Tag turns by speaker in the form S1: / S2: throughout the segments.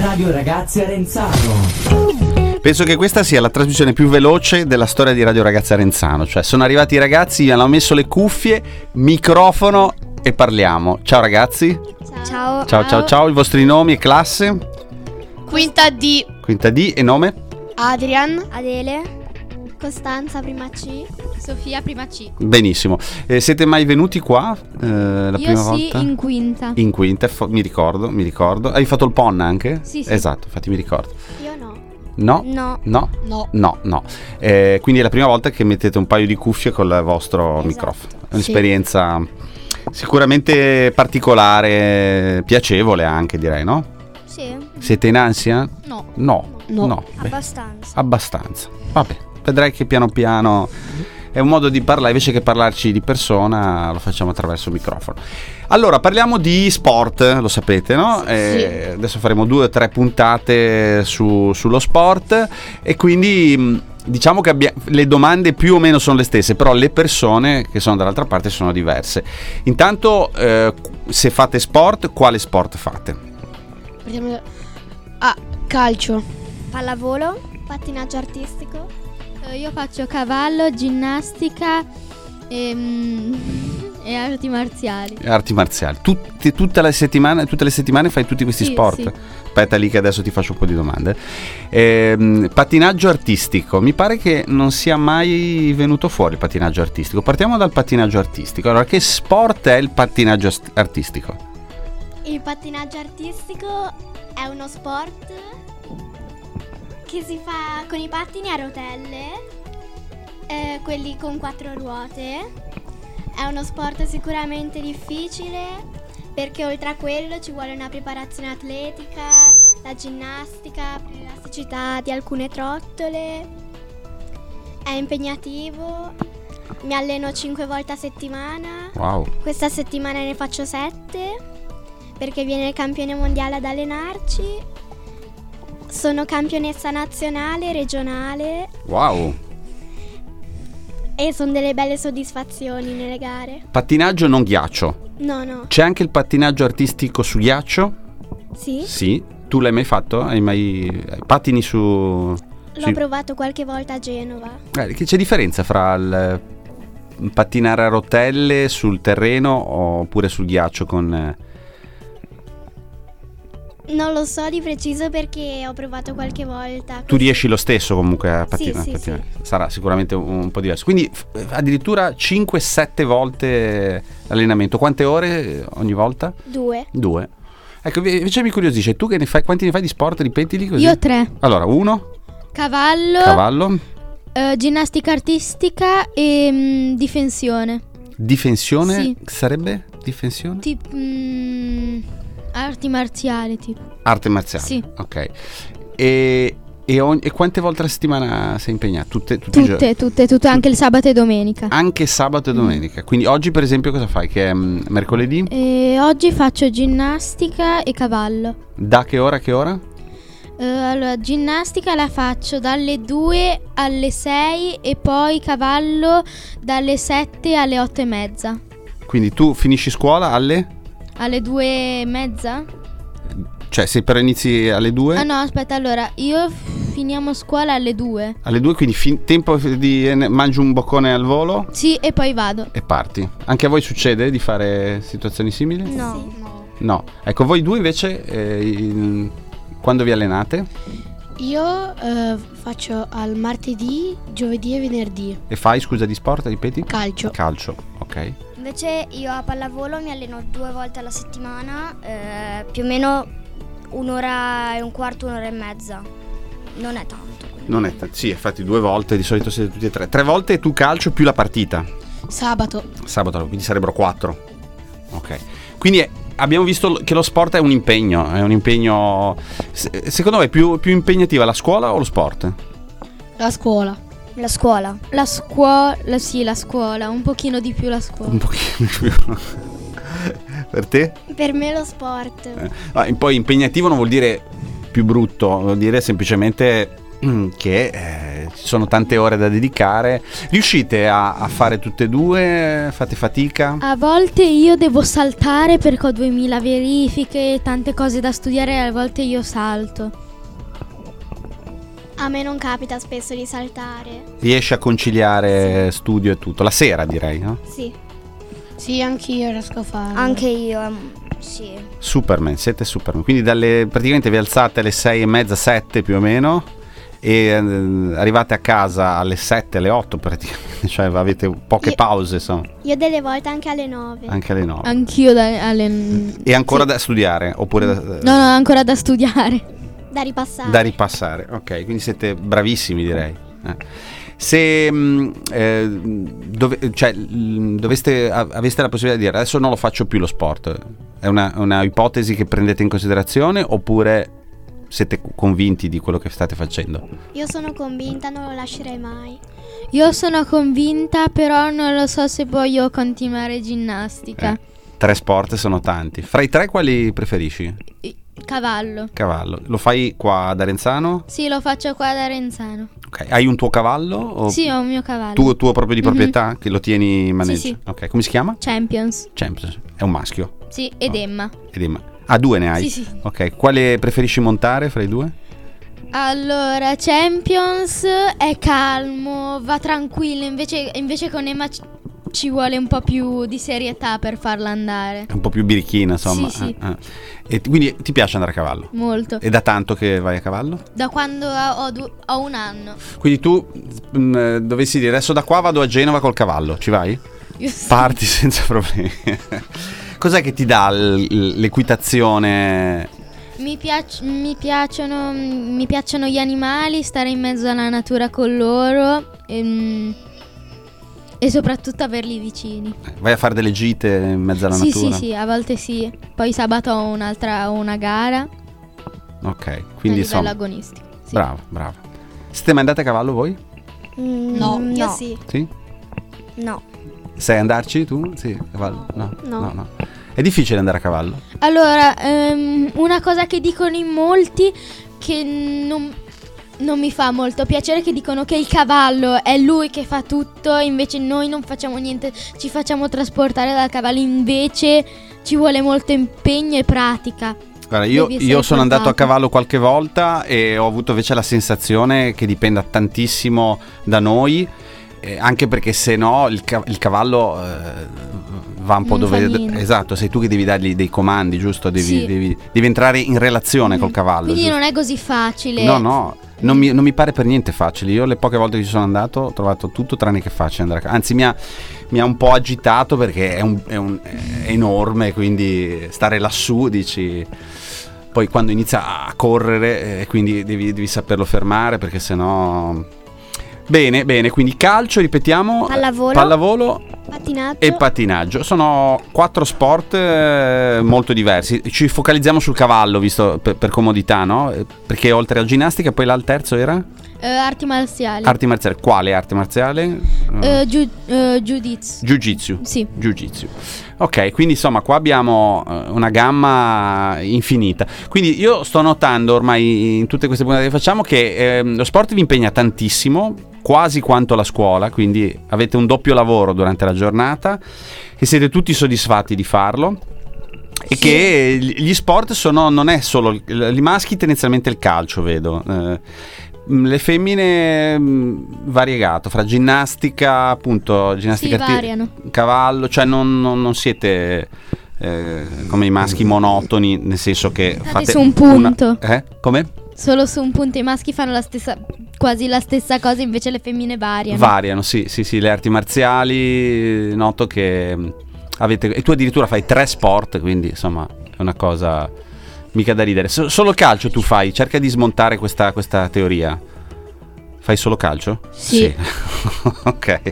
S1: Radio Ragazzi Arenzano.
S2: Penso che questa sia la trasmissione più veloce della storia di Radio Ragazza Renzano. Cioè, sono arrivati i ragazzi, hanno messo le cuffie, microfono e parliamo. Ciao ragazzi.
S3: Ciao.
S2: Ciao, ciao, ciao. I vostri nomi e classe.
S3: Quinta di
S2: Quinta D e nome?
S3: Adrian,
S4: Adele, Costanza prima C,
S5: Sofia, prima C.
S2: Benissimo. Eh, siete mai venuti qua eh, la prima volta?
S5: quinta.
S2: In quinta, fo- mi ricordo, mi ricordo. Hai fatto il PON anche?
S5: Sì, sì.
S2: Esatto, infatti mi ricordo.
S4: io no.
S2: No,
S4: No.
S2: no,
S5: No.
S2: no, no. Eh, quindi è la prima volta che mettete un paio di cuffie col vostro
S4: Esatto.
S2: microfono. È un'esperienza sicuramente particolare, piacevole anche direi, no?
S4: Sì,
S2: Siete in ansia?
S5: No.
S2: No, no,
S5: No.
S2: beh,
S4: abbastanza.
S2: abbastanza. Vabbè, vedrai che piano piano è un modo di parlare, invece che parlarci di persona, lo facciamo attraverso il microfono. Allora, parliamo di sport, lo sapete, no? Eh, Adesso faremo due o tre puntate su- sullo sport e quindi... mh, Diciamo che abbia- le domande più o meno sono le stesse, però le persone che sono dall'altra parte sono diverse. Intanto, eh, se fate sport, quale sport fate?
S5: Partiamo da- Ah, calcio.
S2: Ah.
S4: Pallavolo, pattinaggio artistico,
S6: Eh,
S7: Io faccio cavallo, ginnastica ehm, e, arti marziali.
S2: Arti marziali. Tutte, tutta la settimana- tutte le settimane fai tutti questi
S7: Sì,
S2: sport.
S7: sì.
S2: Aspetta lì che adesso ti faccio un po' di domande. Ehm, patinaggio artistico. Mi pare che non sia mai venuto fuori il patinaggio artistico. Partiamo dal patinaggio artistico. Allora, che sport è il pattinaggio ast- artistico?
S4: Il pattinaggio artistico è uno sport che si fa con i pattini a rotelle, eh, quelli con quattro ruote. È uno sport sicuramente difficile perché oltre a quello ci vuole una preparazione atletica, la ginnastica, l'elasticità di alcune trottole. È impegnativo, mi alleno 5 volte a settimana.
S2: Wow.
S4: Questa settimana ne faccio 7 perché viene il campione mondiale ad allenarci. Sono campionessa nazionale, regionale
S2: Wow.
S4: e sono delle belle soddisfazioni nelle gare.
S2: Pattinaggio non ghiaccio.
S4: No, no.
S2: C'è anche il pattinaggio artistico su ghiaccio?
S4: Sì,
S2: Sì. Tu l'hai mai fatto? Hai mai patini su
S4: l'ho
S2: sì.
S4: provato qualche volta a Genova.
S2: Eh, che c'è differenza fra il eh, pattinare a rotelle sul terreno oppure sul ghiaccio con... eh,
S4: Non lo so di preciso perché ho provato qualche volta.
S2: Tu riesci lo stesso comunque a pattinare.
S4: sì,
S2: pattinare. Sarà sicuramente un, un po' diverso. Quindi f- eh, addirittura 5-7 volte allenamento. Quante ore eh, ogni volta?
S4: Due.
S2: Due. Ecco, vi- invece mi curiosisce, tu che ne fai, quanti ne fai di sport? Ripetili così.
S7: Io tre.
S2: Allora, uno,
S7: Cavallo,
S2: cavallo,
S7: eh, ginnastica artistica e mm, difensione.
S2: difensione,
S7: Sì.
S2: sarebbe difensione?
S7: Tipo mm, arti marziali tipo.
S2: Arte marziale.
S7: Sì.
S2: Ok. E, e ogni- e quante volte alla settimana sei impegnata? Tutte, tutti i giorni?
S7: Tutte, tutte, tutte, anche il sabato e domenica.
S2: Anche sabato e domenica.
S7: Mm.
S2: Quindi oggi per esempio cosa fai? Che è mm, mercoledì?
S7: E oggi faccio ginnastica e cavallo.
S2: Da che ora a che ora?
S7: Eh, allora, ginnastica la faccio dalle 2 alle 6 e poi cavallo dalle 7 alle 8 e mezza.
S2: Quindi tu finisci scuola alle...
S7: Alle 2 e mezza?
S2: Cioè se però inizi alle 2?
S7: Ah no, aspetta, allora, io f- finiamo scuola alle 2.
S2: Alle 2 quindi fin- tempo di... eh, ne- mangi un boccone al volo
S7: Sì, e poi vado.
S2: e parti. Anche a voi succede di fare situazioni simili?
S4: No.
S2: No. Ecco, voi due invece eh, il- quando vi allenate
S5: Io eh, faccio al martedì, giovedì e venerdì.
S2: e fai scusa di sport, ripeti?
S5: Calcio.
S2: Calcio, ok.
S6: Invece io a pallavolo mi alleno due volte alla settimana, eh, più o meno un'ora e un quarto, un'ora e mezza. Non è tanto. quindi.
S2: Non è t- sì, infatti due volte, di solito siete tutti e tre. Tre volte tu calcio più la partita.
S5: Sabato.
S2: Sabato, quindi sarebbero quattro. Ok. Quindi è- abbiamo visto l- che lo sport è un impegno, è un impegno... se- secondo me è più, più impegnativa la scuola o lo sport?
S5: La scuola.
S6: La scuola.
S7: La scuola, sì, la scuola, un pochino di più la
S2: Un
S7: scuola.
S2: pochino più. per te?
S4: Per me lo sport.
S2: Ah, in- poi impegnativo non vuol dire più brutto, vuol dire semplicemente mm, che eh, eh, ci sono tante ore da dedicare. Riuscite a, a fare tutte e due? Fate fatica?
S7: A volte io devo saltare perché ho 2000 verifiche, tante cose da studiare e a volte io salto.
S4: A me non capita spesso di saltare.
S2: Riesci a conciliare studio e tutto? La sera direi, no?
S4: Sì.
S5: Sì, anch'io riesco a farlo.
S6: Anche io, ehm, sì.
S2: Superman, siete Superman. Quindi dalle, praticamente vi alzate alle 6 e mezza, 7 più o meno e eh, arrivate a casa alle 7, alle 8 praticamente, cioè avete poche
S4: Io-
S2: pause insomma,
S4: Io delle volte anche alle 9.
S2: anche alle 9.
S7: Anch'io da, alle... No,
S2: e ancora da studiare oppure da,
S7: no, ancora da studiare.
S4: Da ripassare.
S2: da ripassare. Ok, quindi siete bravissimi direi. Eh. Se mh, eh, dove- cioè, mh, doveste, a- aveste la possibilità di dire adesso non lo faccio più lo sport, è una, una ipotesi che prendete in considerazione oppure siete convinti di quello che state facendo?
S4: Io sono convinta, non lo lascerei mai.
S7: Io sono convinta, però non lo so se voglio continuare ginnastica.
S2: Eh, Tre sport sono tanti. Fra i tre quali preferisci?
S7: Eh, Cavallo.
S2: Cavallo. Lo fai qua ad Arenzano?
S7: Sì, lo faccio qua da Renzano.
S2: Ok. Hai un tuo cavallo? O
S7: Sì, ho il mio cavallo.
S2: Oh. Tuo, tuo proprio di
S7: Mhm.
S2: proprietà? Che lo tieni in maneggio?
S7: sì.
S2: Ok. Come si chiama?
S7: Champions.
S2: Champions. È un maschio.
S7: Sì, ed
S2: Oh.
S7: Emma.
S2: Ed è ma- ah, due ne hai?
S7: Sì, sì.
S2: Ok. Quale preferisci montare fra i due?
S7: Allora, Champions è calmo, va tranquillo, invece, invece con Emma ci- ci vuole un po' più di serietà per farla andare.
S2: È un po' più birichina, insomma.
S7: Sì, sì.
S2: Ah, ah. E ti- quindi ti piace andare a cavallo?
S7: Molto.
S2: È da tanto che vai a cavallo?
S7: Da quando ho, du- ho un anno.
S2: Quindi tu mh, dovessi dire adesso da qua vado a Genova col cavallo, ci vai?
S7: Io sì.
S2: Parti senza problemi. Cos'è che ti dà l- l- l'equitazione?
S7: Mi, piac- mi piacciono, mi piacciono gli animali, stare in mezzo alla natura con loro ehm, e soprattutto averli vicini.
S2: Vai a fare delle gite in mezzo alla
S7: sì, sì,
S2: natura?
S7: sì, a volte sì. Poi sabato ho un'altra, ho una gara
S2: Ok, quindi
S7: a livello
S2: insomma.
S7: agonistico. Sì.
S2: Bravo, bravo. Siete mai andate a cavallo voi?
S6: Mm,
S5: No.
S6: no,
S4: Io sì.
S2: Sì?
S6: no.
S2: Sai andarci tu? Sì, a cavallo. No.
S4: No.
S2: no, no. È difficile andare a cavallo.
S7: Allora, ehm, una cosa che dicono in molti che non, non mi fa molto piacere che dicono che il cavallo è lui che fa tutto, invece noi non facciamo niente, ci facciamo trasportare dal cavallo, invece ci vuole molto impegno e pratica.
S2: Guarda, io,
S7: Devi essere
S2: io sono andato a
S7: portato.
S2: cavallo qualche volta e ho avuto invece la sensazione che dipenda tantissimo da noi, eh, anche perché se no il, ca- il cavallo eh, va un po'
S7: Non
S2: dove...
S7: fa niente.
S2: Esatto, sei tu che devi dargli dei comandi, giusto? Devi,
S7: Sì.
S2: devi- devi entrare in relazione col
S7: Mm.
S2: cavallo.
S7: Quindi
S2: giusto?
S7: non è così facile.
S2: No, no, non mi, non mi pare per niente facile. Io le poche volte che ci sono andato ho trovato tutto tranne che facile andare a casa. Anzi, mi ha, mi ha un po' agitato perché è, un- è un- è enorme, quindi stare lassù dici... Poi quando inizia a correre, eh, quindi devi, devi saperlo fermare perché sennò... Bene, bene, quindi calcio, ripetiamo.
S6: Pallavolo.
S2: Pallavolo
S4: Pattinaggio.
S2: e pattinaggio. Sono quattro sport eh, molto diversi. Ci focalizziamo sul cavallo, visto per, per comodità, no? Eh, Perché oltre alla ginnastica, poi là il terzo era?
S7: Eh, arti marziali.
S2: Arti marziali. Quale arte marziale?
S7: Eh, giu- eh, giudizio.
S2: Jiu-jitsu.
S7: Sì.
S2: Jiu-jitsu. Ok, quindi insomma qua abbiamo eh, una gamma infinita. Quindi io sto notando ormai in tutte queste puntate che facciamo che ehm, lo sport vi impegna tantissimo, quasi quanto la scuola, quindi avete un doppio lavoro durante la giornata e siete tutti soddisfatti di farlo. E che gli gli sport sono, non è solo, il- i maschi tendenzialmente il calcio, vedo. eh, mh, le femmine mh, variegato fra ginnastica, appunto,
S7: Sì,
S2: ginnastica arti-
S7: variano.
S2: cavallo, cioè non, non- non siete eh, come i maschi monotoni, nel senso che fate
S7: su un
S2: una-
S7: punto.
S2: eh? Come?
S7: Solo su un punto i maschi fanno la stessa, quasi la stessa cosa, invece le femmine variano.
S2: Variano, sì, sì, sì, le arti marziali, noto che mh, avete... E tu addirittura fai tre sport, quindi insomma è una cosa mica da ridere. So- solo calcio tu fai, cerca di smontare questa, questa teoria. Fai solo calcio?
S5: Sì.
S2: ok.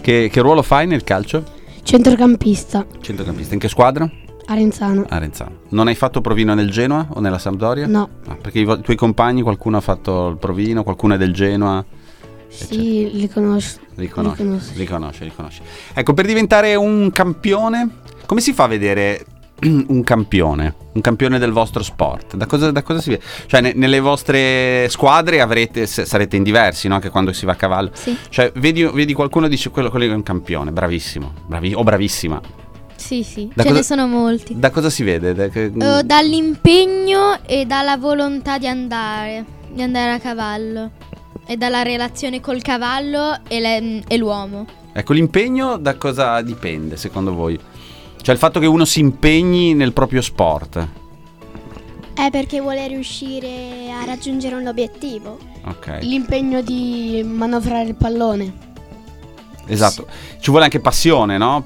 S2: Che, che ruolo fai nel calcio?
S5: Centrocampista,
S2: Centrocampista. In che squadra? Eh.
S5: Arenzano.
S2: Arenzano. Ah, Non hai fatto provino nel Genoa o nella Sampdoria?
S5: No,
S2: Ah, perché i vo- tuoi compagni, qualcuno ha fatto il provino, qualcuno è del Genoa. Eh,
S5: sì,
S2: certo.
S5: li conosco.
S2: Li conosci,
S5: Li conosco.
S2: li conosci, li conosci. Ecco, per diventare un campione, come si fa a vedere un campione, un campione del vostro sport, da cosa, da cosa si vede? Cioè ne- nelle vostre squadre avrete, se- sarete in diversi, no? Anche quando si va a cavallo.
S7: Sì.
S2: Cioè vedi, vedi qualcuno dice quello, quello è un campione, bravissimo, bravi- o bravissima.
S7: Sì, sì,
S2: Da
S7: ce
S2: cosa- Mm.
S7: ne sono molti.
S2: Da cosa si vede? Da che-
S7: Eh, dall'impegno e dalla volontà di andare, di andare a cavallo. E dalla relazione col cavallo e, le- e l'uomo.
S2: Ecco, l'impegno da cosa dipende secondo voi? Cioè il fatto che uno si impegni nel proprio sport.
S4: È perché vuole riuscire a raggiungere un obiettivo.
S2: Ok.
S5: L'impegno di manovrare il pallone.
S2: Esatto. Ci vuole anche passione, no?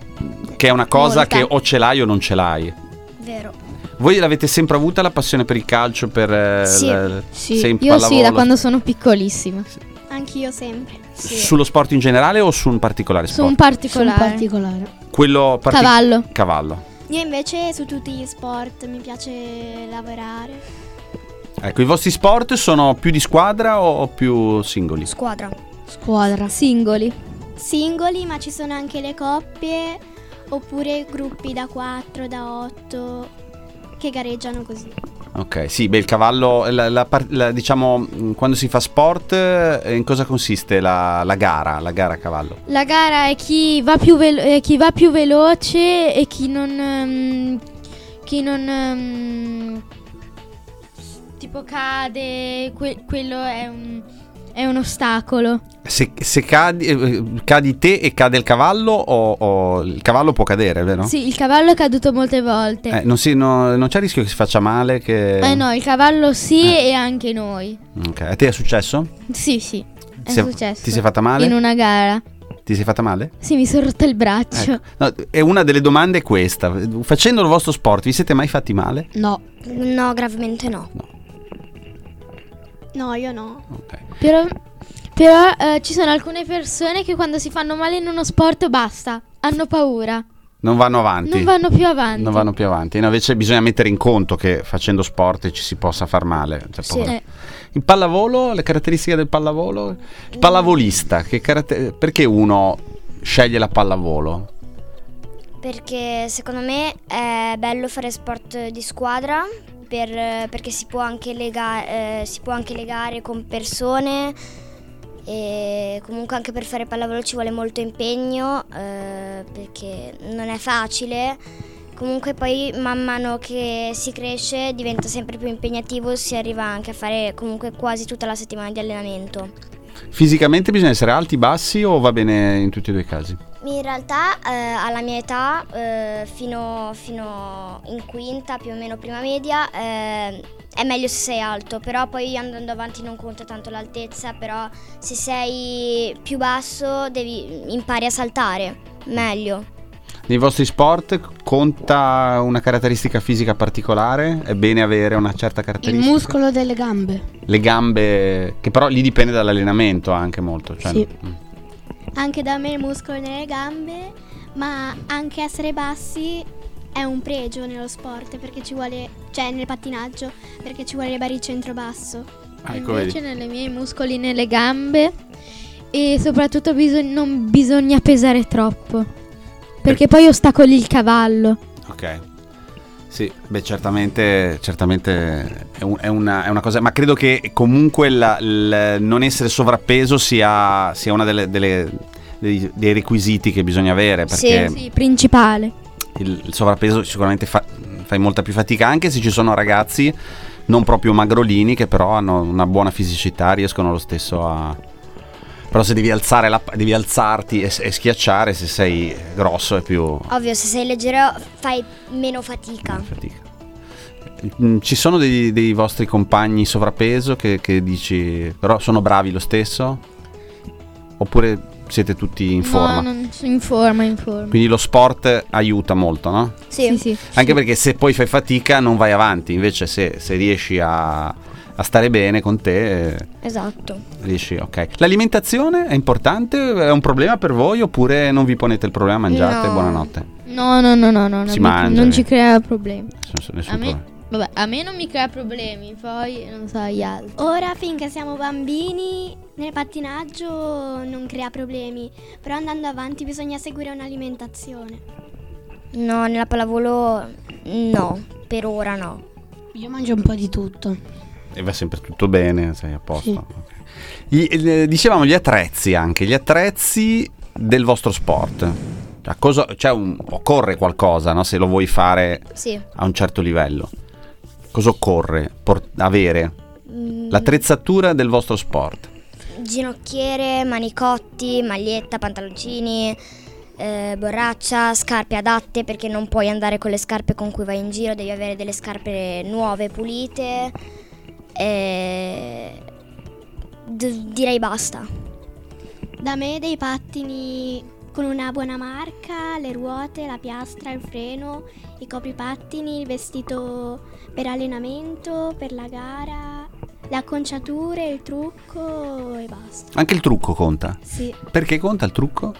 S2: Che è una cosa
S7: Molta.
S2: che o ce l'hai o non ce l'hai.
S6: Vero.
S2: Voi l'avete sempre avuta la passione per il calcio, per eh,
S6: Sì.
S2: l-
S5: Sì.
S2: se in
S7: Io sì, da
S2: pallavolo,
S7: quando sono piccolissima.
S4: Anch'io sempre.
S2: sullo sport in generale o su un particolare
S7: Su
S2: sport?
S7: un
S5: Su un
S7: particolare.
S5: particolare.
S2: Quello parti-
S7: Cavallo.
S2: Cavallo.
S4: Io invece su tutti gli sport mi piace lavorare.
S2: Ecco, i vostri sport sono più di squadra o, o più singoli?
S6: Squadra.
S5: Squadra.
S7: Singoli.
S4: Singoli, ma ci sono anche le coppie oppure gruppi da 4, da 8 che gareggiano così.
S2: Ok, sì, beh, il cavallo, la- la par- la- diciamo, mh, quando si fa sport, eh, in cosa consiste la, la gara, la gara a cavallo?
S7: La gara è chi va più, velo- eh, chi va più veloce e chi non. ehm, chi non. ehm, tipo cade, que- quello è un, è un ostacolo.
S2: Se, se cadi, eh, cadi te e cade il cavallo o, o il cavallo può cadere, vero?
S7: Sì, il cavallo è caduto molte volte.
S2: Eh, non, si- no- non c'è rischio che si faccia male? Che...
S7: Eh no, il cavallo sì
S2: Eh.
S7: e anche noi.
S2: Ok, a te è successo?
S7: Sì, sì. È
S2: Si è-
S7: successo.
S2: Ti sei fatta male?
S7: In una gara.
S2: Ti sei fatta male?
S7: Sì, mi sono rotto il braccio.
S2: Ecco. No, e una delle domande è questa. Facendo il vostro sport, vi siete mai fatti male?
S5: No.
S6: No, gravemente no.
S4: No, io no.
S2: Ok.
S7: Però, però, eh, ci sono alcune persone che quando si fanno male in uno sport basta. Hanno paura.
S2: Non vanno avanti.
S7: Non vanno più avanti.
S2: Non vanno più avanti. No, invece bisogna mettere in conto che facendo sport ci si possa far male. C'è
S6: Sì.
S2: poco da-
S7: Eh,
S2: Il pallavolo, le caratteristiche del pallavolo? Il pallavolista, che caratter- perché uno sceglie la pallavolo?
S6: Perché secondo me è bello fare sport di squadra per- perché si può, anche lega- eh, si può anche legare con persone e comunque anche per fare pallavolo ci vuole molto impegno eh, perché non è facile. Comunque poi man mano che si cresce diventa sempre più impegnativo, si arriva anche a fare comunque quasi tutta la settimana di allenamento.
S2: Fisicamente bisogna essere alti, bassi o va bene in tutti e due i casi?
S6: In realtà eh, alla mia età, eh, fino, fino in quinta, più o meno prima media, eh, è meglio se sei alto, però poi andando avanti non conta tanto l'altezza, però se sei più basso devi impari a saltare, meglio.
S2: Nei vostri sport conta una caratteristica fisica particolare? È bene avere una certa
S5: Il
S2: caratteristica?
S5: muscolo delle gambe.
S2: Le gambe, che però lì dipende dall'allenamento anche molto. Cioè,
S5: Sì.
S2: mm.
S4: Anche da me il muscolo nelle gambe, ma anche essere bassi è un pregio nello sport perché ci vuole, cioè nel pattinaggio, perché ci vuole le baricentro basso.
S2: Ah, ecco,
S7: invece
S2: vedi.
S7: nelle mie muscoli nelle gambe e soprattutto bisog- non bisogna pesare troppo. Perché poi ostacoli il cavallo.
S2: Ok. Sì, beh, certamente, certamente è, un- è una, è una cosa, ma credo che comunque la- il non essere sovrappeso sia, sia uno dei, dei requisiti che bisogna avere.
S6: Sì,
S2: Perché
S7: Sì, principale.
S2: il, il sovrappeso sicuramente fa- fai molta più fatica, anche se ci sono ragazzi non proprio magrolini che però hanno una buona fisicità, riescono lo stesso a... Però se devi, alzare la- devi alzarti e, s- e schiacciare, se sei grosso è più...
S6: Ovvio, se sei leggero fai meno fatica.
S2: fatica. Mm, Ci sono dei, dei vostri compagni sovrappeso che, che dici però sono bravi lo stesso? Oppure siete tutti in forma?
S7: No, non, in forma, in forma.
S2: Quindi lo sport aiuta molto, no?
S7: Sì, sì.
S2: Anche perché se poi fai fatica non vai avanti, invece se, se riesci a, a stare bene con te, eh,
S6: Esatto.
S2: riesci, ok. L'alimentazione è importante? È un problema per voi oppure non vi ponete il problema, mangiate,
S6: No.
S2: buonanotte?
S7: No, no, no, no,
S2: Si
S7: no, non, mi-
S2: mangia,
S7: non
S2: eh.
S7: ci crea problemi.
S2: Nessun, nessun
S7: A me,
S2: problema.
S7: vabbè, a me non mi crea problemi, poi non so agli altri.
S4: Ora finché siamo bambini nel pattinaggio non crea problemi, però andando avanti bisogna seguire un'alimentazione.
S6: No, nella pallavolo no, per ora no.
S5: Io mangio un po' di tutto.
S2: E va sempre tutto bene, sei a posto. ok. Gli- eh, dicevamo gli attrezzi anche, gli attrezzi del vostro sport. Cioè, cosa, c'è un- occorre qualcosa no? se lo vuoi fare
S6: Sì.
S2: a un certo livello. Cosa occorre por-
S4: Mm.
S2: avere? L'attrezzatura del vostro sport.
S6: Ginocchiere, manicotti, maglietta, pantaloncini, eh, borraccia, scarpe adatte perché non puoi andare con le scarpe con cui vai in giro, devi avere delle scarpe nuove, pulite. E... d- direi basta.
S4: Da me dei pattini con una buona marca, le ruote, la piastra, il freno, i copripattini, il vestito per allenamento, per la gara, le acconciature, il trucco e basta.
S2: Anche il trucco conta.
S4: Sì.
S2: Perché conta il trucco?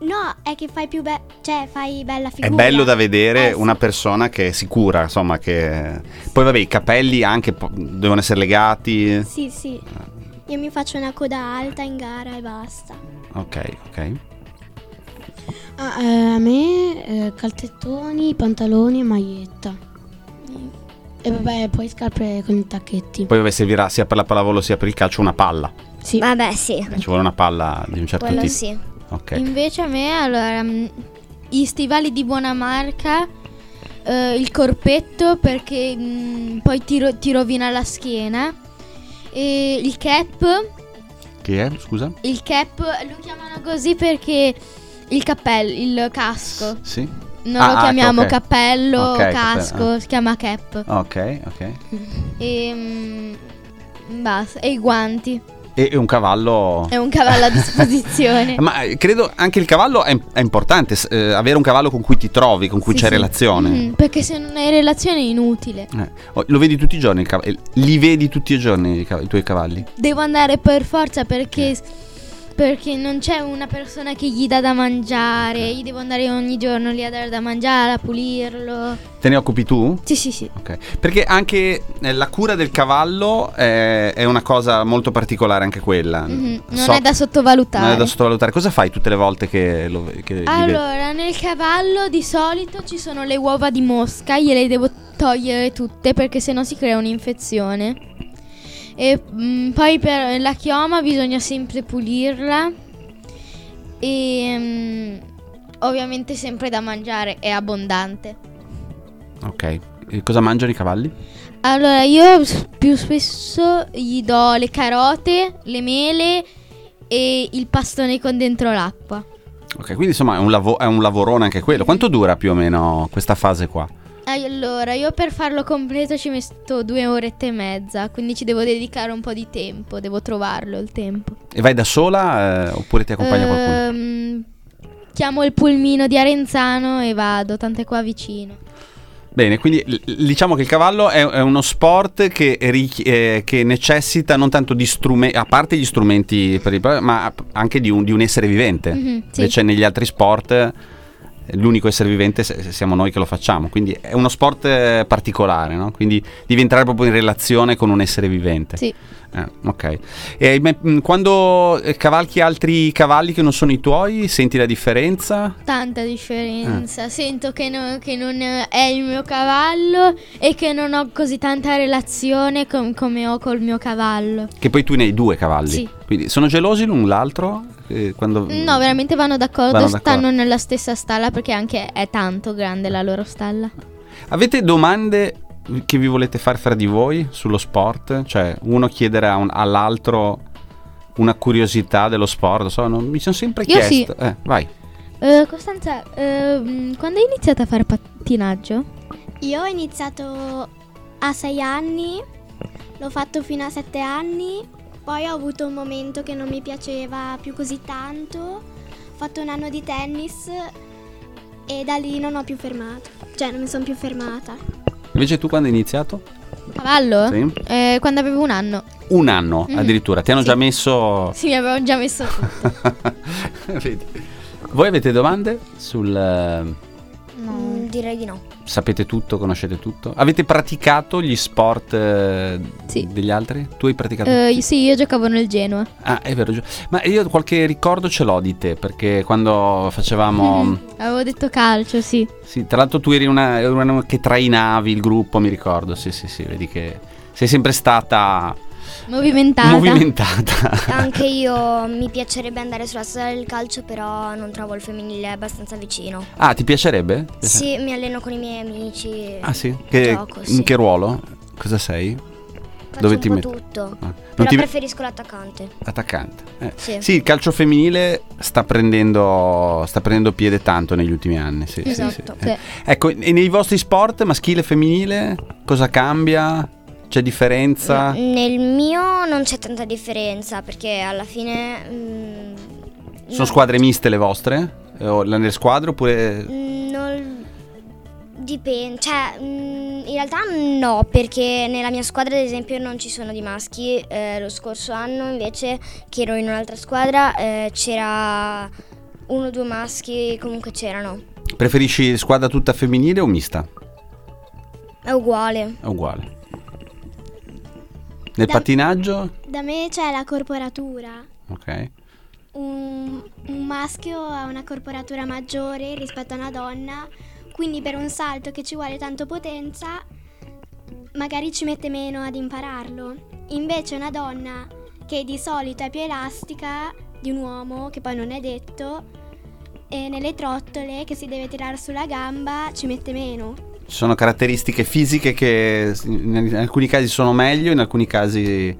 S4: No, è che fai più be- cioè fai bella figura.
S2: È bello da vedere
S4: Eh, sì.
S2: una persona che è sicura, insomma, che... Poi vabbè, i capelli anche po- devono essere legati.
S4: Sì, sì.
S2: Ah.
S4: Io mi faccio una coda alta in gara e basta.
S2: Ok, ok.
S5: Ah, eh, a me eh, calzettoni, pantaloni e maglietta.
S4: Mm.
S5: E vabbè, poi scarpe con i tacchetti.
S2: Poi vabbè, servirà sia per la pallavolo sia per il calcio una palla.
S5: Sì.
S6: Vabbè, sì.
S2: Ci vuole una palla di un certo
S6: Quello
S2: tipo.
S6: sì.
S2: Ok.
S7: Invece a me, allora, mh, gli stivali di buona marca, eh, il corpetto perché mh, poi ti, ro- ti rovina la schiena, e il cap,
S2: Che è? Scusa?
S7: il cap lo chiamano così perché il cappello, il casco.
S2: Sì.
S7: Non
S2: Ah,
S7: lo
S2: ah,
S7: chiamiamo
S2: ok.
S7: cappello
S2: Ok,
S7: o
S2: cappello,
S7: casco,
S2: ah.
S7: si chiama cap.
S2: Ok, ok.
S7: Mm. E, mh, basta, e i guanti.
S2: E, e un cavallo.
S7: È un cavallo a disposizione.
S2: Ma eh, credo anche il cavallo è, è importante, s- eh, avere un cavallo con cui ti trovi, con cui
S7: Sì,
S2: c'è
S7: sì.
S2: relazione.
S7: Mm, perché se non hai relazione è inutile.
S2: Eh, oh, Lo vedi tutti i giorni il cavallo. Li vedi tutti i giorni i, cav- i tuoi cavalli.
S7: Devo andare per forza
S2: Eh.
S7: perché, perché non c'è una persona che gli dà da mangiare.
S2: Eh.
S7: Io devo andare ogni giorno lì a dare da mangiare, a pulirlo.
S2: Te ne occupi tu?
S7: Sì, sì, sì.
S2: Ok. Perché anche eh, la cura del cavallo eh, è una cosa molto particolare, anche quella.
S7: Mhm, Non
S2: So-
S7: è da sottovalutare.
S2: non è da sottovalutare. Cosa fai tutte le volte che lo che li vedi?
S7: Allora, nel cavallo di solito ci sono le uova di mosca, gliele devo togliere tutte perché sennò si crea un'infezione. E mm, poi per la chioma bisogna sempre pulirla e mm, ovviamente sempre da mangiare, è abbondante.
S2: Ok. E cosa mangiano i cavalli?
S7: Allora, io s- più spesso gli do le carote, le mele e il pastone con dentro l'acqua.
S2: Ok, quindi insomma è un, lavo- è un lavorone anche quello. Quanto dura più o meno questa fase qua?
S7: Allora, io per farlo completo ci metto due orette e mezza, quindi ci devo dedicare un po' di tempo, devo trovarlo il tempo.
S2: E vai da sola eh, oppure ti accompagna qualcuno?
S7: Ehm, Chiamo il pulmino di Arenzano e vado, tanto è qua vicino.
S2: Bene, quindi l- l- diciamo che il cavallo è, è uno sport che, richi- eh, che necessita non tanto di strumenti, a parte gli strumenti per il ma anche di un, di un essere vivente.
S7: Mhm, sì.
S2: Invece negli altri sport eh, l'unico essere vivente se- se siamo noi che lo facciamo, quindi è uno sport eh, particolare, no? quindi devi entrare proprio in relazione con un essere vivente.
S7: Sì.
S2: Eh, ok. E, ma, mh, quando eh, cavalchi altri cavalli che non sono i tuoi, senti la differenza?
S7: Tanta differenza,
S2: Ah.
S7: sento che, no- che non è il mio cavallo e che non ho così tanta relazione com- come ho col mio cavallo.
S2: Che poi tu ne hai due cavalli.
S7: Sì.
S2: Quindi sono gelosi l'un l'altro? Eh, quando-
S7: No, veramente vanno d'accordo,
S2: Vanno d'accordo.
S7: stanno nella stessa stalla perché anche è tanto grande la loro stalla.
S2: Avete domande che vi volete fare fra di voi sullo sport? Cioè, uno chiederà all'altro una curiosità dello sport. lo so, non- mi sono sempre
S7: Io sì.
S2: chiesto. Eh, vai.
S7: Eh, Costanza, ehm, quando hai iniziato a fare pattinaggio?
S4: Io ho iniziato a 6 anni, l'ho fatto fino a 7 anni, poi ho avuto un momento che non mi piaceva più così tanto, ho fatto un anno di tennis e da lì non ho più fermato, cioè non mi sono più fermata.
S2: Invece tu quando hai iniziato?
S7: Cavallo?
S2: Sì.
S7: Eh, quando avevo un anno.
S2: Un anno
S7: Mhm.
S2: addirittura. Ti hanno
S7: Sì.
S2: già messo...
S7: Sì, mi avevo già messo.
S2: Vedi. Voi avete domande sul... eh,
S5: No.
S6: Mm, direi di no.
S2: Sapete tutto, conoscete tutto? Avete praticato gli sport eh,
S7: Sì.
S2: degli altri? Tu hai praticato?
S7: Eh, sì, io giocavo nel Genoa.
S2: Ah, è vero, Gio- ma io qualche ricordo ce l'ho di te, perché quando facevamo...
S6: Mm-hmm.
S7: Avevo detto calcio, sì.
S2: Sì, tra l'altro tu eri una, eri una che trainavi il gruppo, mi ricordo, sì, sì, sì, vedi che sei sempre stata
S7: Movimentata.
S2: movimentata.
S6: Anche io mi piacerebbe andare sulla strada del calcio, però non trovo il femminile abbastanza vicino.
S2: Ah, ti piacerebbe?
S6: Sì, mi alleno con i miei amici.
S2: Ah sì? Che,
S6: gioco,
S2: In
S6: sì.
S2: che ruolo? Cosa sei?
S6: Faccio
S2: dove
S6: un
S2: ti
S6: po'
S2: metti?
S6: tutto.
S2: Ah, non
S6: Però
S2: ti-
S6: preferisco l'attaccante.
S2: Attaccante. Eh,
S6: Sì.
S2: Sì, il calcio femminile sta prendendo, sta prendendo piede tanto negli ultimi anni. Sì, sì, sì.
S6: Esatto.
S7: cioè,
S2: Eh. Ecco, e nei vostri sport maschile e femminile cosa cambia? C'è differenza?
S6: Nel mio non c'è tanta differenza, perché alla fine. mm,
S2: Sono
S6: no.
S2: squadre miste le vostre? Eh, O la- nelle squadre oppure...
S6: Mm, Non dipende, cioè mm, in realtà no, perché nella mia squadra ad esempio non ci sono di maschi, Eh, lo scorso anno invece che ero in un'altra squadra eh, c'era uno o due maschi, comunque c'erano,
S2: Preferisci squadra tutta femminile o mista?
S6: è uguale.
S2: È uguale. Nel
S4: Da-
S2: pattinaggio?
S4: Da me c'è la corporatura.
S2: Ok.
S4: Un, un maschio ha una corporatura maggiore rispetto a una donna, quindi per un salto che ci vuole tanto potenza, magari ci mette meno ad impararlo. Invece una donna che di solito è più elastica di un uomo, che poi non è detto, e nelle trottole che si deve tirare sulla gamba ci mette meno.
S2: Ci sono caratteristiche fisiche che s- in in alcuni casi sono meglio, in alcuni casi...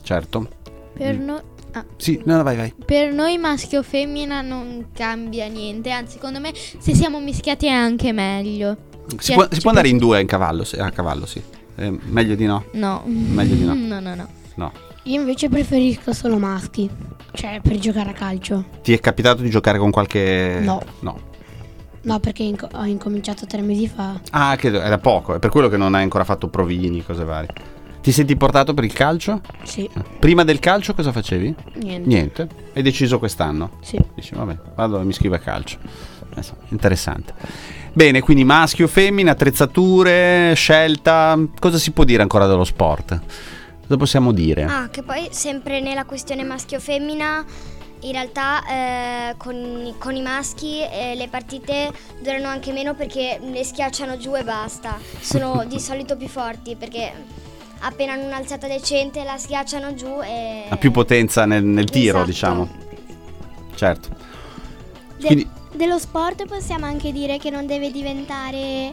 S2: Certo.
S7: Per,
S2: Mm.
S7: no- ah,
S2: Sì, no, no, vai, vai.
S7: per noi maschio o femmina non cambia niente, anzi secondo me se siamo mischiati è anche meglio.
S2: Si,
S7: Ci-
S2: può,
S7: ci
S2: si può andare in due in cavallo, sì, a cavallo, sì. Eh, meglio di no.
S7: No.
S2: Meglio di no.
S7: No, no, no.
S2: No.
S5: Io invece preferisco solo maschi, cioè per giocare a calcio.
S2: Ti è capitato di giocare con qualche...
S5: No. No, perché inco- ho incominciato tre mesi fa.
S2: Ah, che era poco, è per quello che non hai ancora fatto provini, cose varie. Ti senti portato per il calcio?
S5: Sì,
S2: Prima del calcio cosa facevi?
S5: niente.
S2: Niente. Hai deciso quest'anno.
S5: Sì.
S2: Dici, vabbè, vado e mi scrivo a calcio. Insomma, interessante. Bene, quindi maschio, femmina, attrezzature, scelta. Cosa si può dire ancora dello sport? Cosa possiamo dire?
S6: Ah, che poi sempre nella questione maschio-femmina, in realtà eh, con, i- con i maschi eh, le partite durano anche meno perché le schiacciano giù e basta. Sono di solito più forti perché appena hanno un'alzata decente la schiacciano giù e...
S2: Ha più potenza nel, nel tiro,
S6: Esatto.
S2: diciamo. Certo.
S4: De-
S2: Quindi-
S4: dello sport possiamo anche dire che non deve diventare eh,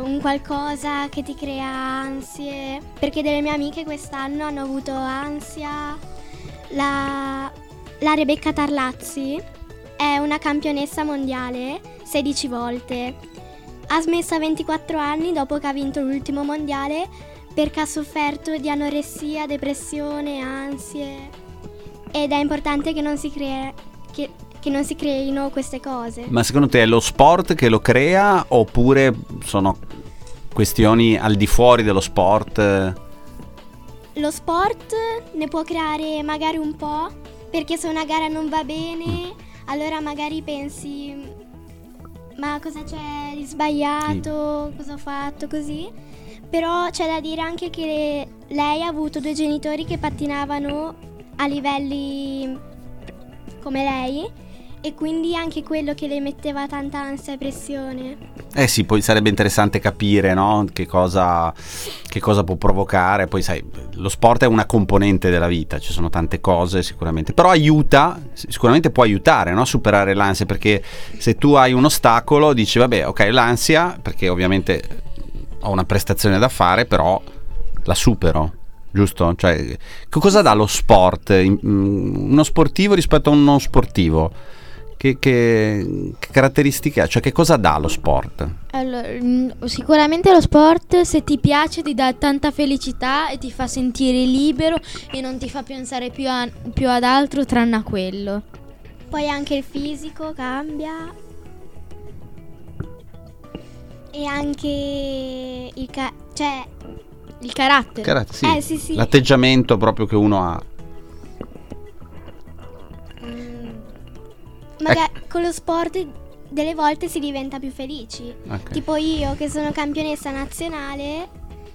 S4: un qualcosa che ti crea ansie, perché delle mie amiche quest'anno hanno avuto ansia. La, la Rebecca Tarlazzi è una campionessa mondiale 16 volte. Ha smesso a 24 anni dopo che ha vinto l'ultimo mondiale perché ha sofferto di anoressia, depressione, ansie. Ed è importante che non si crea- che- che non si creino queste cose.
S2: Ma secondo te è lo sport che lo crea oppure sono questioni al di fuori dello sport?
S4: Lo sport ne può creare magari un po', perché se una gara non va bene, allora magari pensi ma cosa c'è di sbagliato, cosa ho fatto così. Però c'è da dire anche che lei ha avuto due genitori che pattinavano a livelli come lei e quindi anche quello che le metteva tanta ansia e pressione.
S2: Eh sì, poi sarebbe interessante capire no? che, cosa, che cosa può provocare. Poi sai, lo sport è una componente della vita, ci sono tante cose sicuramente, però aiuta, sicuramente può aiutare no? a superare l'ansia, perché se tu hai un ostacolo dici vabbè ok l'ansia, perché ovviamente ho una prestazione da fare, però la supero. Giusto? Cioè, che cosa dà lo sport? in- mm, Uno sportivo rispetto a un non sportivo? Che, che- che caratteristiche ha? Cioè, che cosa dà lo sport?
S7: Allora, mm, sicuramente lo sport se ti piace ti dà tanta felicità e ti fa sentire libero e non ti fa pensare più, a- più ad altro tranne a quello.
S4: Poi anche il fisico cambia. E anche il ca- cioè,
S7: Il carattere.
S2: Carat- sì.
S4: eh, sì, sì.
S2: L'atteggiamento proprio che uno ha. ecco.
S4: maga- con lo sport delle volte si diventa più felici.
S2: Ah, Ok.
S4: Tipo io che sono campionessa nazionale,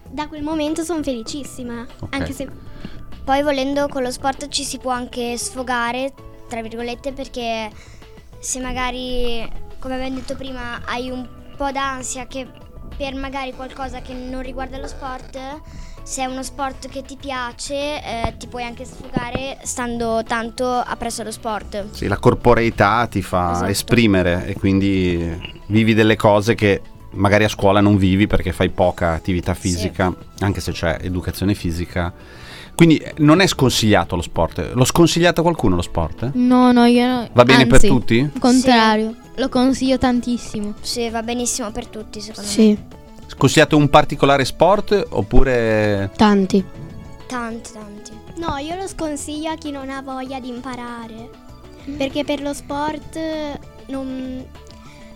S4: da quel momento sono felicissima.
S2: Ok.
S4: Anche se
S6: Poi volendo con lo sport ci si può anche sfogare, tra virgolette, perché se magari, come abbiamo detto prima, hai un po' d'ansia che per magari qualcosa che non riguarda lo sport, se è uno sport che ti piace, eh, ti puoi anche sfogare stando tanto appresso allo sport.
S2: Sì, la corporeità ti fa
S6: Esatto.
S2: esprimere e quindi vivi delle cose che magari a scuola non vivi perché fai poca attività fisica, anche se c'è educazione fisica. Quindi eh, non è sconsigliato lo sport. L'ho sconsigliato a qualcuno lo sport?
S7: No, no, io no.
S2: Va bene per
S7: Anzi,
S2: tutti?
S7: Contrario, lo consiglio tantissimo.
S6: Sì, va benissimo per tutti, secondo
S5: Sì,
S2: Sconsigliato un particolare sport oppure...
S5: tanti.
S6: me. Tanti, tanti.
S4: no, io lo sconsiglio a chi non ha voglia di imparare. Perché per lo sport non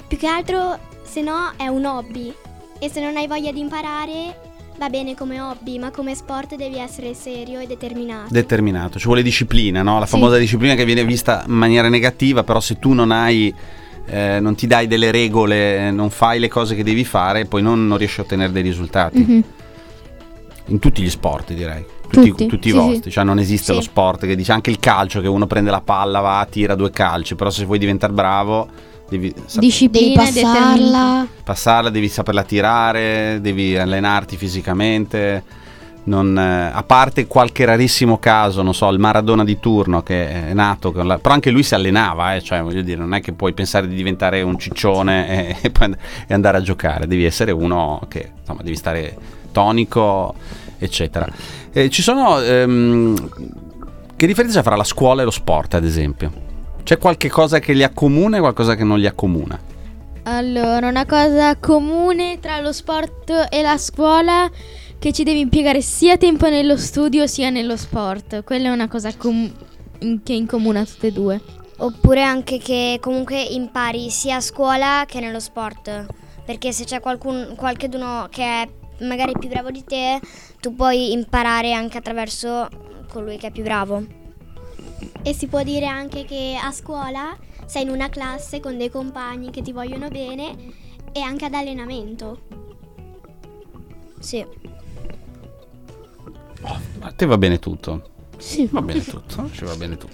S4: più che altro se no è un hobby e se non hai voglia di imparare va bene come hobby, ma come sport devi essere serio e determinato.
S2: Determinato, ci vuole disciplina, no? La famosa disciplina che viene vista in maniera negativa, però se tu non hai, eh, non ti dai delle regole, eh, non fai le cose che devi fare, poi non, non riesci a ottenere dei risultati.
S7: Mhm.
S2: In tutti gli sport, direi. Tutti,
S7: Tutti,
S2: tutti i
S7: sì,
S2: vostri,
S7: sì.
S2: cioè non esiste
S6: Sì.
S2: lo sport che dice anche il calcio che uno prende la palla, va, tira due calci, però se vuoi diventare bravo devi sa-
S5: Devi
S7: Disciplina e determinazione.
S5: passarla.
S2: passarla, devi saperla tirare, devi allenarti fisicamente. Non, eh, a parte qualche rarissimo caso, non so, il Maradona di turno che è nato, con la- però anche lui si allenava, eh, cioè voglio dire, non è che puoi pensare di diventare un ciccione e, e poi and- e andare a giocare, devi essere uno che insomma devi stare tonico, eccetera. Eh, ci sono. ehm, che differenza c'è fra la scuola e lo sport, ad esempio? C'è qualche cosa che li accomuna e qualcosa che non li accomuna?
S7: Allora, una cosa comune tra lo sport e la scuola che ci devi impiegare sia tempo nello studio sia nello sport. Quella è una cosa com- in- che incomuna tutte e due.
S6: Oppure anche che comunque impari sia a scuola che nello sport. Perché se c'è qualcun, qualcheduno che è magari più bravo di te, tu puoi imparare anche attraverso colui che è più bravo.
S4: E si può dire anche che a scuola sei in una classe con dei compagni che ti vogliono bene e anche ad allenamento.
S6: Sì.
S2: A te va bene tutto.
S5: Sì.
S2: Va bene tutto, ci va bene tutto.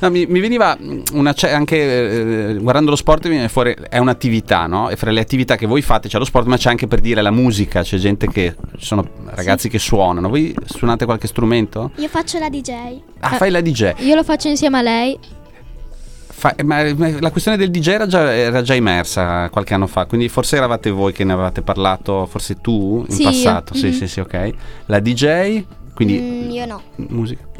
S2: No, mi, mi veniva mh, una ce- anche eh, guardando lo sport, mi viene fuori, è un'attività, no? E fra le attività che voi fate c'è lo sport, ma c'è anche per dire la musica, c'è gente che, ci sono ragazzi che suonano. Voi suonate qualche strumento?
S4: Io faccio la DJ.
S2: Ah,
S7: Eh.
S2: fai la DJ.
S7: Io lo faccio insieme a lei.
S2: Fa- ma, ma la questione del DJ era già, era già immersa qualche anno fa, quindi forse eravate voi che ne avevate parlato, forse tu in
S7: Sì, io.
S2: passato. Sì,
S7: Mhm.
S2: sì, sì, ok. La DJ, quindi
S6: Mm, io no.
S2: musica.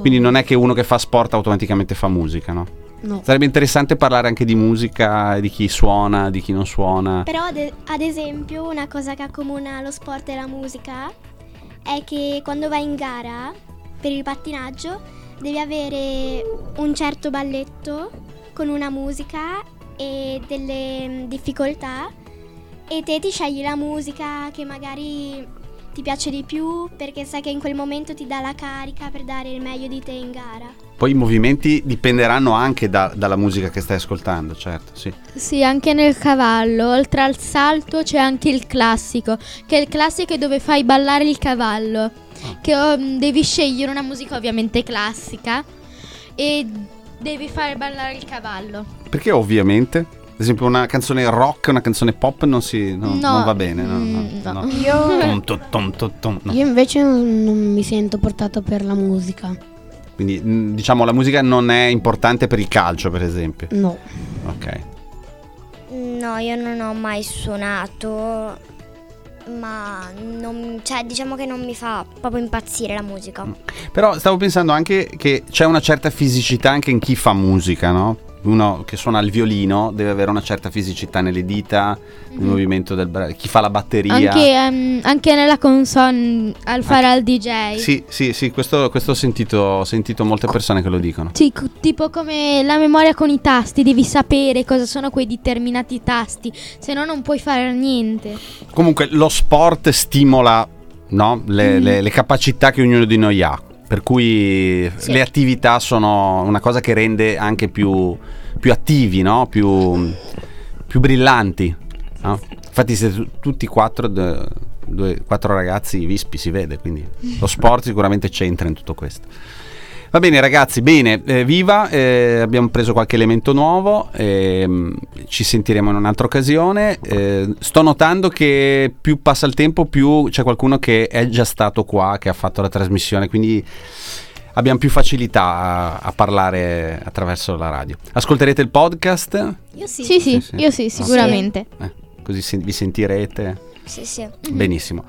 S2: Quindi non è che uno che fa sport automaticamente fa musica, no?
S5: No.
S2: Sarebbe interessante parlare anche di musica, di chi suona, di chi non suona.
S4: Però ad, ad esempio una cosa che accomuna lo sport e la musica è che quando vai in gara per il pattinaggio devi avere un certo balletto con una musica e delle mm, difficoltà e te ti scegli la musica che magari ti piace di più perché sai che in quel momento ti dà la carica per dare il meglio di te in gara.
S2: Poi i movimenti dipenderanno anche da- dalla musica che stai ascoltando, certo, sì.
S7: Sì, anche nel cavallo, oltre al salto c'è anche il classico, che il classico è dove fai ballare il cavallo,
S2: Ah.
S7: che um, devi scegliere una musica ovviamente classica e devi fare ballare il cavallo.
S2: Perché ovviamente, ad esempio, una canzone rock, una canzone pop non, si, no,
S7: No,
S2: non va bene. No,
S7: mm,
S2: no,
S7: no.
S2: no.
S5: Io,
S2: Tom, to, tom, to, tom, no.
S5: io invece non non mi sento portato per la musica.
S2: Quindi mh, diciamo la musica non è importante per il calcio, per esempio.
S5: No.
S2: Ok.
S6: No, io non ho mai suonato, ma non, cioè, diciamo che non mi fa proprio impazzire la musica.
S2: Però stavo pensando anche che c'è una certa fisicità anche in chi fa musica, no? Uno che suona il violino deve avere una certa fisicità nelle dita, nel movimento del braccio. Chi fa la batteria.
S7: Anche, um, anche nella console mm, al fare al DJ.
S2: Sì, sì, sì, questo, questo ho, sentito, ho sentito molte persone che lo dicono.
S7: Sì, cu- tipo come la memoria con i tasti, devi sapere cosa sono quei determinati tasti, se no non puoi fare niente.
S2: Comunque lo sport stimola no? le, le- le capacità che ognuno di noi ha, per cui le attività sono una cosa che rende anche più, più attivi, no? più, più brillanti. no? Infatti siete tu- tutti quattro, d- due- quattro ragazzi vispi, si vede, quindi lo sport sicuramente c'entra in tutto questo. Va bene ragazzi, bene, eh, viva, eh, abbiamo preso qualche elemento nuovo, ehm, ci sentiremo in un'altra occasione. Eh, sto notando che più passa il tempo, più c'è qualcuno che è già stato qua, che ha fatto la trasmissione, quindi abbiamo più facilità a, a parlare attraverso la radio. Ascolterete il podcast?
S6: Io sì.
S7: Sì, sì,
S2: Sì, sì.
S7: io sì, sicuramente.
S2: Eh, così sen- vi sentirete.
S6: Sì, sì.
S2: Benissimo.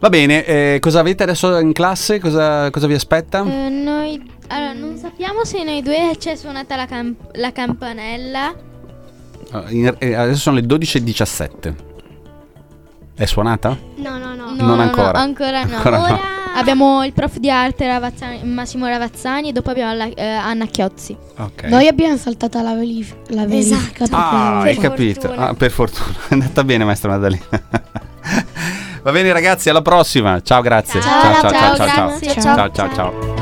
S2: Va bene, eh, cosa avete adesso in classe? Cosa, cosa vi aspetta?
S7: Eh, noi allora, non sappiamo se noi due c'è suonata la, cam- la campanella.
S2: Eh, in- eh, adesso sono le 12.17. È suonata?
S4: No, no, no.
S2: Non ancora.
S7: ancora no.
S2: Ancora no.
S7: Ora abbiamo il prof di arte Ravazzani- Massimo Ravazzani e dopo abbiamo la- eh, Anna Chiozzi.
S2: Ok.
S5: Noi abbiamo saltato la, verif- la verifica. perché-
S2: Ah, hai
S6: Per
S2: capito.
S6: fortuna.
S2: Ah, per fortuna. È andata bene, maestra Maddalena. Va bene, ragazzi, alla prossima. Ciao, grazie.
S7: Ciao,
S2: ciao, ciao,
S7: ciao,
S2: ciao,
S7: grazie.
S2: ciao, ciao, ciao.